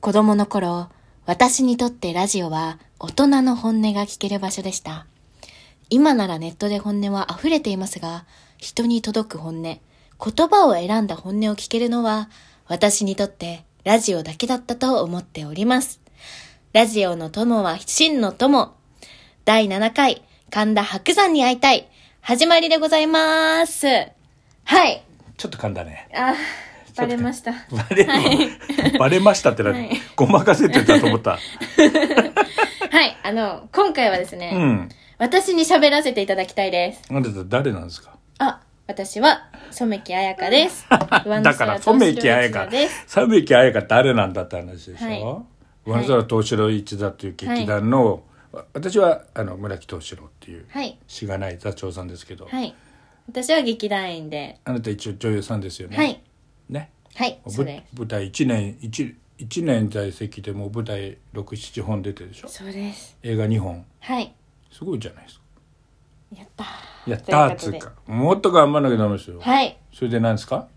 子供の頃、私にとってラジオは大人の本音が聞ける場所でした。今ならネットで本音は溢れていますが、人に届く本音、言葉を選んだ本音を聞けるのは、私にとってラジオだけだったと思っております。ラジオの友は真の友。第7回、神田白山に会いたい。始まりでございます。はい。ちょっと噛んだね。あー、バレました。バレ、バレましたってな、はいごまかせてたと思った。はい、あの、今回はですね、うん。私に喋らせていただきたいです。あなた誰なんですかあ、私は、染木彩香です。 だから、染木彩香で。す。染木彩香誰なんだって話でしはょ上空東四郎一座という劇団の、私は、あの、村木東四郎っていう、はい、しがない座長さんですけど、はい。私は劇団員で、あなた一応女優さんですよね。はい、ね。はい、ぶそうです。舞台1年、一一年在籍でもう舞台6、7本出てるでしょそうです。映画2本。はい。すごいじゃないですか。やったー。やったーっとついううことか。もっと頑張んなきゃダメですよ。はい。それで何ですか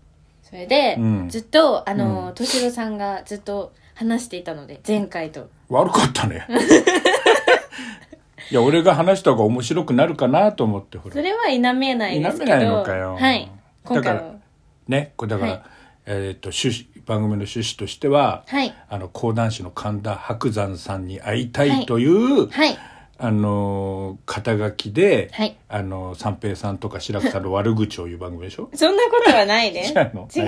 それで、うんずっと、あの、敏、郎、さんがずっと話していたので、前回と。悪かった ね。いや、俺が話した方が面白くなるかなと思って、ほそら。れは否めないですけど。否めないのかよはい。今回だかはら。ね、これだから、はいえーっと、趣旨、番組の趣旨としては、はい。あの、講談師の神田伯山さんに会いたはいいという、はい。あのー、肩書きで、はいあのー、三平さんとか白くさんの悪口を言う番組でしょそんなことはないです。 違い違うのます。全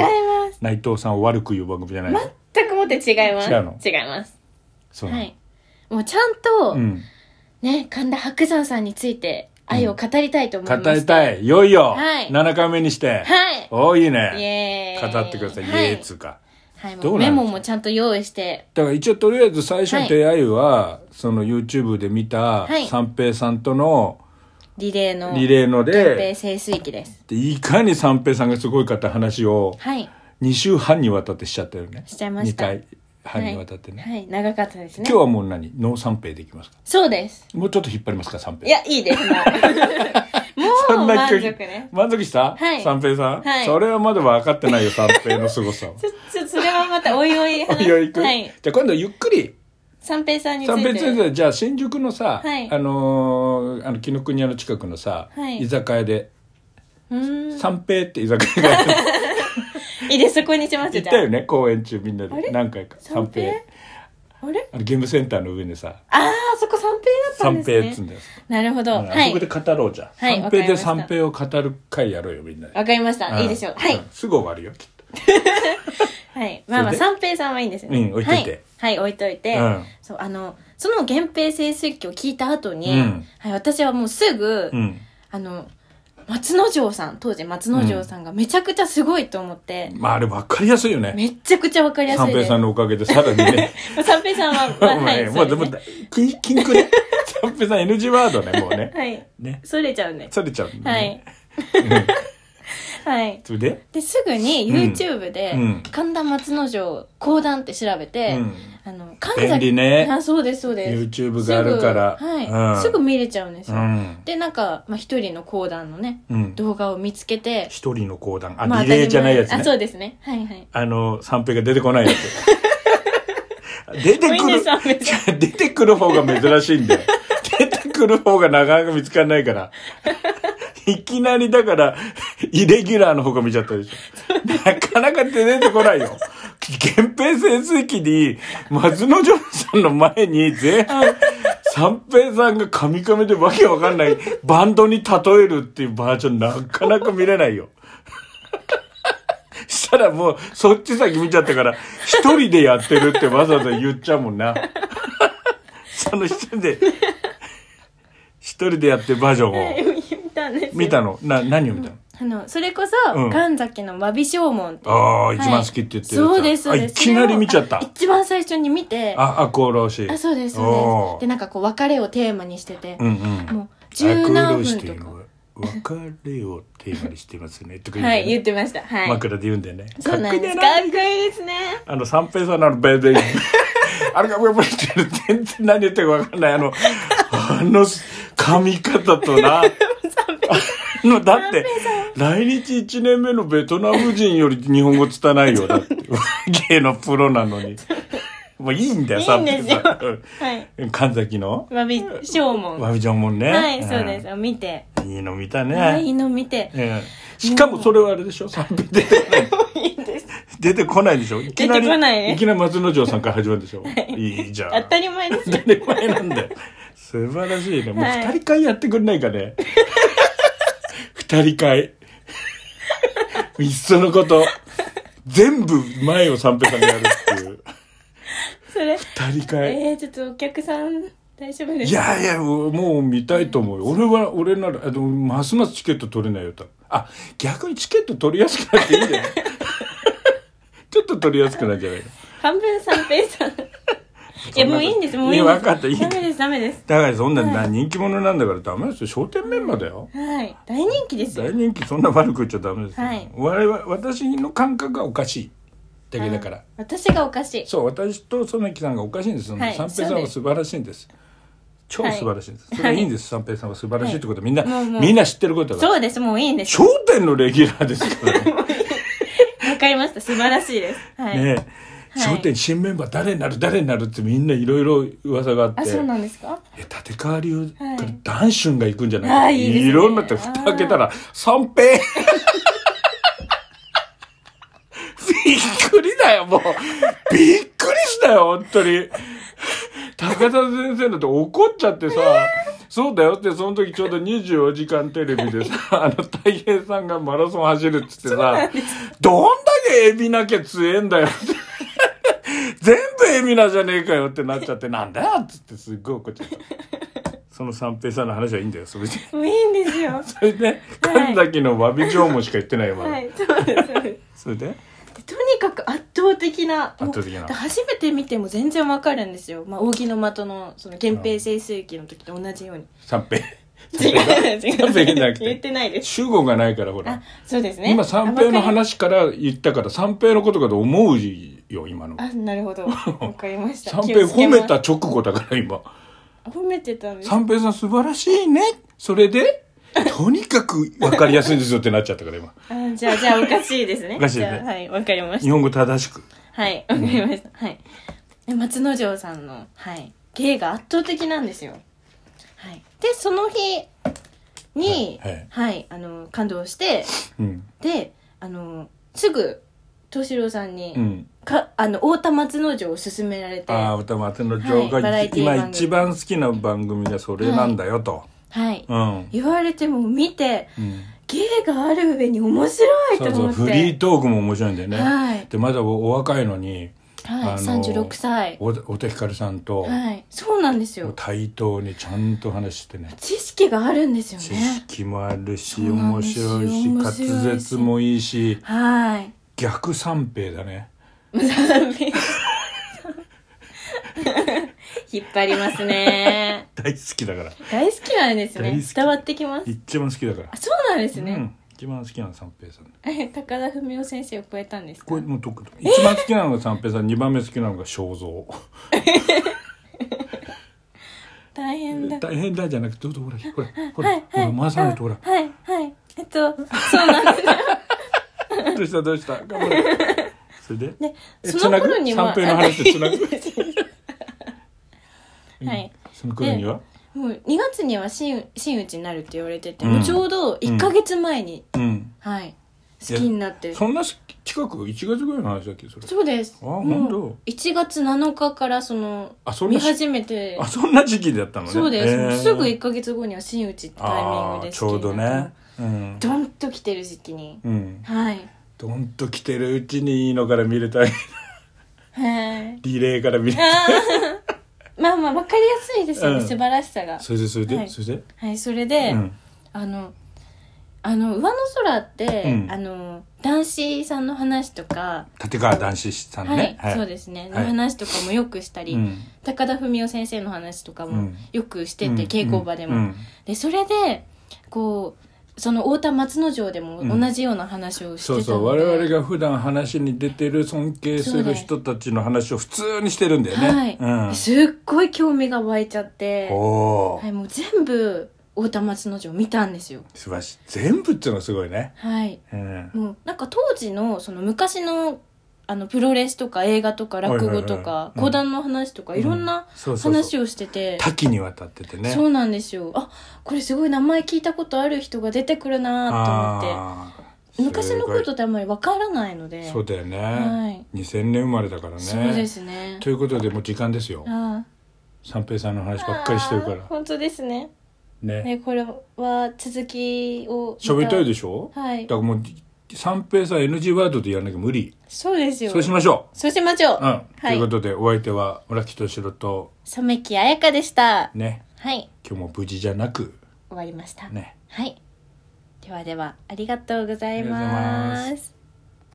内藤さんを悪く言う番組じゃないの、くもって違います。違うの違います。そうなはのい。もうちゃんと、うん。ね、神田伯山さんについて愛を語りたいと思いま語す。りたい。いよいよ、はい7回目にしはて。い。おいいイね。エーイ。語ってください。イエはいーイっつうか。はい、もどううなメんですかモもちゃんと用意して。だから一応とりあえず最初の出会いは、その YouTube で見たはい三平さんとのリレーの。リレーの三平で、清水記です。でいかに三平さんがすごいかって話をはい。 2週半にわたってしちゃったよね。しちゃいました2回半にわたってね。はい、長かったですね。今日はもう何ノー三平でいきますかそうです。もうちょっと引っ張りますか三平。いや、いいです。 もうもう満足ね。満足した、はい三平さん、はいそれはまだ分かってないよ、三平の 凄さを。ちょ、ちょ、それはまたおいおいお話。いおい行く、はい。じゃあ今度ゆっくり三平さんについ三平先て。生じゃあ新宿のさ、はいあのーあの紀ノ国屋の近くのさ、はい居酒屋でうーん。三平って居酒屋が あっていいです、そこにします行よっじたゃよね公演中みんなあれで何回か三平あ。あれあのゲームセンターの上にさああ、あそこ三平だったんで三す平ね。っつうんだよ、なるほど。うんはあそこでい。語ろうじゃん、はい三わかり平までした三平を語る会やろうよみんなでわかりました。んいいでしょう。はういん。すぐ終わるよきっとはい。まあまあ、それ三平さんはいいんですよね。うん置いといてはい。はい、置いといて。うんそう、あの、その源平清水記を聞いた後に、うんはい、私はもうすぐ、うんあの、松之丞さん、当時松之丞さんがめちゃくちゃすごいと思って、まああれ分かりやすいよねめっちゃくちゃわかりやすい三で平す。さんのおかげでさらにね三平さん は、もうまあ、はねい。もうそうででもすねキン キンクね三平さん NG ワードねもう ねはい。ねそれちゃうね。されちゃう、ね、 はい。 はい。それでで、すぐに YouTube で、うん神田松之丞講談って調べて、うんあの、神便崎利ねあ、そうです、そうです。 YouTube があるからすぐはい、うんすぐ見れちゃうんですうよ。んで、なんか、まあ、一人の講談のね、うん動画を見つけて、一人の講談まあリレーじゃないや当つたり前あ、ねそうですね。はいはい。あの三平が出てこないや つ出てもういいくんでるす三平さ 出てくる方が珍しいんだよ出てくる方がなかなか見つからないからいきなりだからイレギュラーの方が見ちゃったでしょなかなか出てこないよ源平潜水機に松之丞さんの前に前半三平さんがカミカミでわけわかんないバンドに例えるっていうバージョンなかなか見れないよしたらもうそっち先見ちゃったから一人でやってるってわざわざ言っちゃうもんなその一人で一人でやってるバージョンを見たんですよ見たのな何を見たの、あの、それこそ、うん神崎のわび正門って。ああい一番好きって言ってるやつだ、そうです、そうあでいす。きなり見ちゃっあた一番最初に見て、あ、ああ功労しそうです、そうです。おーで、なんかこう、別れをテーマにしてて、うんうんもう、十何し分てというかの。は別れをテーマにしてますねとか言うはんだよい、ね言ってました。はい。枕で言うんだよねそうなんです。かかっこいいなっこいいですね。あの、三平さんのあの、ベ ーベー、あれがブーブーって全然何言ってるか分かんない。あの、あの、髪型とな。あの、だって、来日1年目 のベトナム人より日本語つたないよ。だって、芸のプロなのに。もういいんだよ、いいんですよさうんはい。神崎のわび、しょうもん。ワビジョンもね。はい、んそうです。。見て。いいの見たあいいね。の見て。ええしかもそれはあれでしょ賛否出てこない。いいんです。出てこないでしょいきな出り。てこないきなり松之丞さんから始まるでしょいいじゃん。当たり前です当よ。たり前なんだよ。素晴らしいね。もうはい二人会やってくんないかね。 二人会。いっそのこと。全部前を三平さんがやるっていう。それ。二人会。えー、ちょっとお客さん、大丈夫ですいやいや、もうもう見たいと思うよ。俺は、俺なら、あでもますますチケット取れないよ、多分あ、逆にチケット取りやすくなっていいんじゃない ちょっと取りやすくなるんじゃないの半分三平さん。 いや、もういいんです、もういいんいでやわす。かったいいダメです、ダメです。だからそんなな人気者なんだからダメですよ。商店メンバーだよ。はい。大人気ですよ。大人気そんな悪く言っちゃダメですよ、はい我々私の感覚がおかしいだけだから、はい私がおかしい。そう私と染木さんがおかしいんです、はい三平さそうんではす素晴らしいんです超素晴らしいんです、はいそれはいいんです、三平さんは素晴らしいってことはみんな、もうもうみんな知ってることだからそうです、もういいんです。焦点のレギュラーですからねわかりました、素晴らしいです。はい。ねえ、はい焦点新メンバー誰になる誰になるってみんないろいろ噂があってあ、そうなんですかえ立川流、はいこれダンシュンが行くんじゃあないーいいですねろんなって蓋開けたら三平びっくりだよもうびっくりしたよ本当に高田先生だって怒っちゃってさそうだよってその時ちょうど24時間テレビでさあのたい平さんがマラソン走るっつってさどんだけエビなきゃ強えんだよって全部エミナじゃねえかよってなっちゃって、なんだよっつってすっごい怒っちゃった。その三平さんの話はいいんだよ、それで。もういいんですよ。それで、神崎のわび縄文しか言ってないよ、まだ。はい、そうです、そうです。それで、とにかく圧倒的なもう圧倒的なで初めて見ても全然わかるんですよ、まあ、扇の的のその源平盛衰期の時と同じように三平。違う違三平じゃなうく。言っててないです主語がないから、ほあら。そうですね今、三平のあわか話から言ったから、三平のことかと思うよ、今のり。あなるほどわかりました三平褒め気をた直後だから、今。つけます褒めてたんです三平さん素晴らしいね。それで、とにかくわかりやすいんですよってなっちゃったから、今。あじゃあじゃあおかしいですねおかしいねじゃあはいわかりまし日た本語正しく。はいわかりました、はいで松之丞さんの、はい、芸が圧倒的なんですよ、はい、でその日に、はいはいはい、あの感動してうん。であのすぐ敏郎さんに、うん。かあの太田松之丞を勧められてあはあ歌松の城はいバがラいエテちィ今番組一番好きな番組がそれなんだよと、い、うん言われても見てうん芸がある上に面白いとそうそ思うってフリートークも面白いんだよね、はいでまだおお若いのにはい、あの36歳お太田光さんとはいそうなんですよ対等にちゃんと話してね知識があるんですよ知ね識もあるしそうなん面ですよ白いし面滑白いし舌もいいしはい逆三平だね 引っ張りますね大好きだから大好きなんです大ね好き伝わってきます一番好きだからあそうなんですうね、ん、一番好きなの三平さん高田文夫先生を超えたんですかこれもうとく一番好きなのが三平さん二番目好きなのが正蔵大変だ大変だじゃなくて、どうぞほら、ほら、ほら、ほら、回さないと、ほら。はいはいえっとそうなんですどうした、どうした、頑張れ。それで。ねえその頃にはつなぐ三平の話でつなぐぐはいその頃には。 もう2月には真真打ちになるって言われてて、うんもうちょうど1か月前に、うん。はい好きになってそんな近く、一月ぐらいの話だっけ、それ。そうですあ本当もう1月7日からそのあ、そん見な。始めてあ、そんな時期だったのね。そうです、へーすぐ1か月後には真打ちってタイミンあグあ、でちょうどね。うん。ドンと来てる時期に、うん。はいどんと来てるうちにいいのから見れたい。はいリレーから見れたあい。ー まあまあわかりやすいですよね、うん素晴らしさがそれで、それはで、いそれで。はいそれで、うん。あのあの上の空って、うんあの男子さんの話とか、立川談志さんはい、ね。そうですね、はいの話とかもよくしたり、うん。高田文夫先生の話とかうもんよくしてて、うん稽古場でも、うんでそれでこうその太田松之丞でもうん同じような話をしてたそのうで、そう我々が普段話に出てる尊敬する人たちの話を普通にしてるんだよね、はい、すっごい興味が湧いちゃっうん、て、おお、はい、もう全部太田松之丞見たんですよ素晴らしい全部っていうのはすごいね、はいうん、もうなんか当時のその昔のあのプロレスとか映画とかいはいはい落語とかうん講談の話とかいろんなそうそうそう話をしてて多岐にわたっててねそうなんですよあこれすごい名前聞いたことある人が出てくるなと思っあてー昔のことってあんまりわからないのでそうだよね、はい2000年生まれだからねそうですねということでもう時間ですよあ三平さんの話ーばっかりしてるからあー本当ですねねねこれは続きを喋りたいでししょ、はいだからもう三平さん NG ワードでやらなきゃ無理そうですよそうしましょそうしましょうううん、とはいいうことでお相手は村木敏郎と染木彩香でしたねはい今日も無事じゃなく終わりましたねはいではではありがとうございありがとうございまます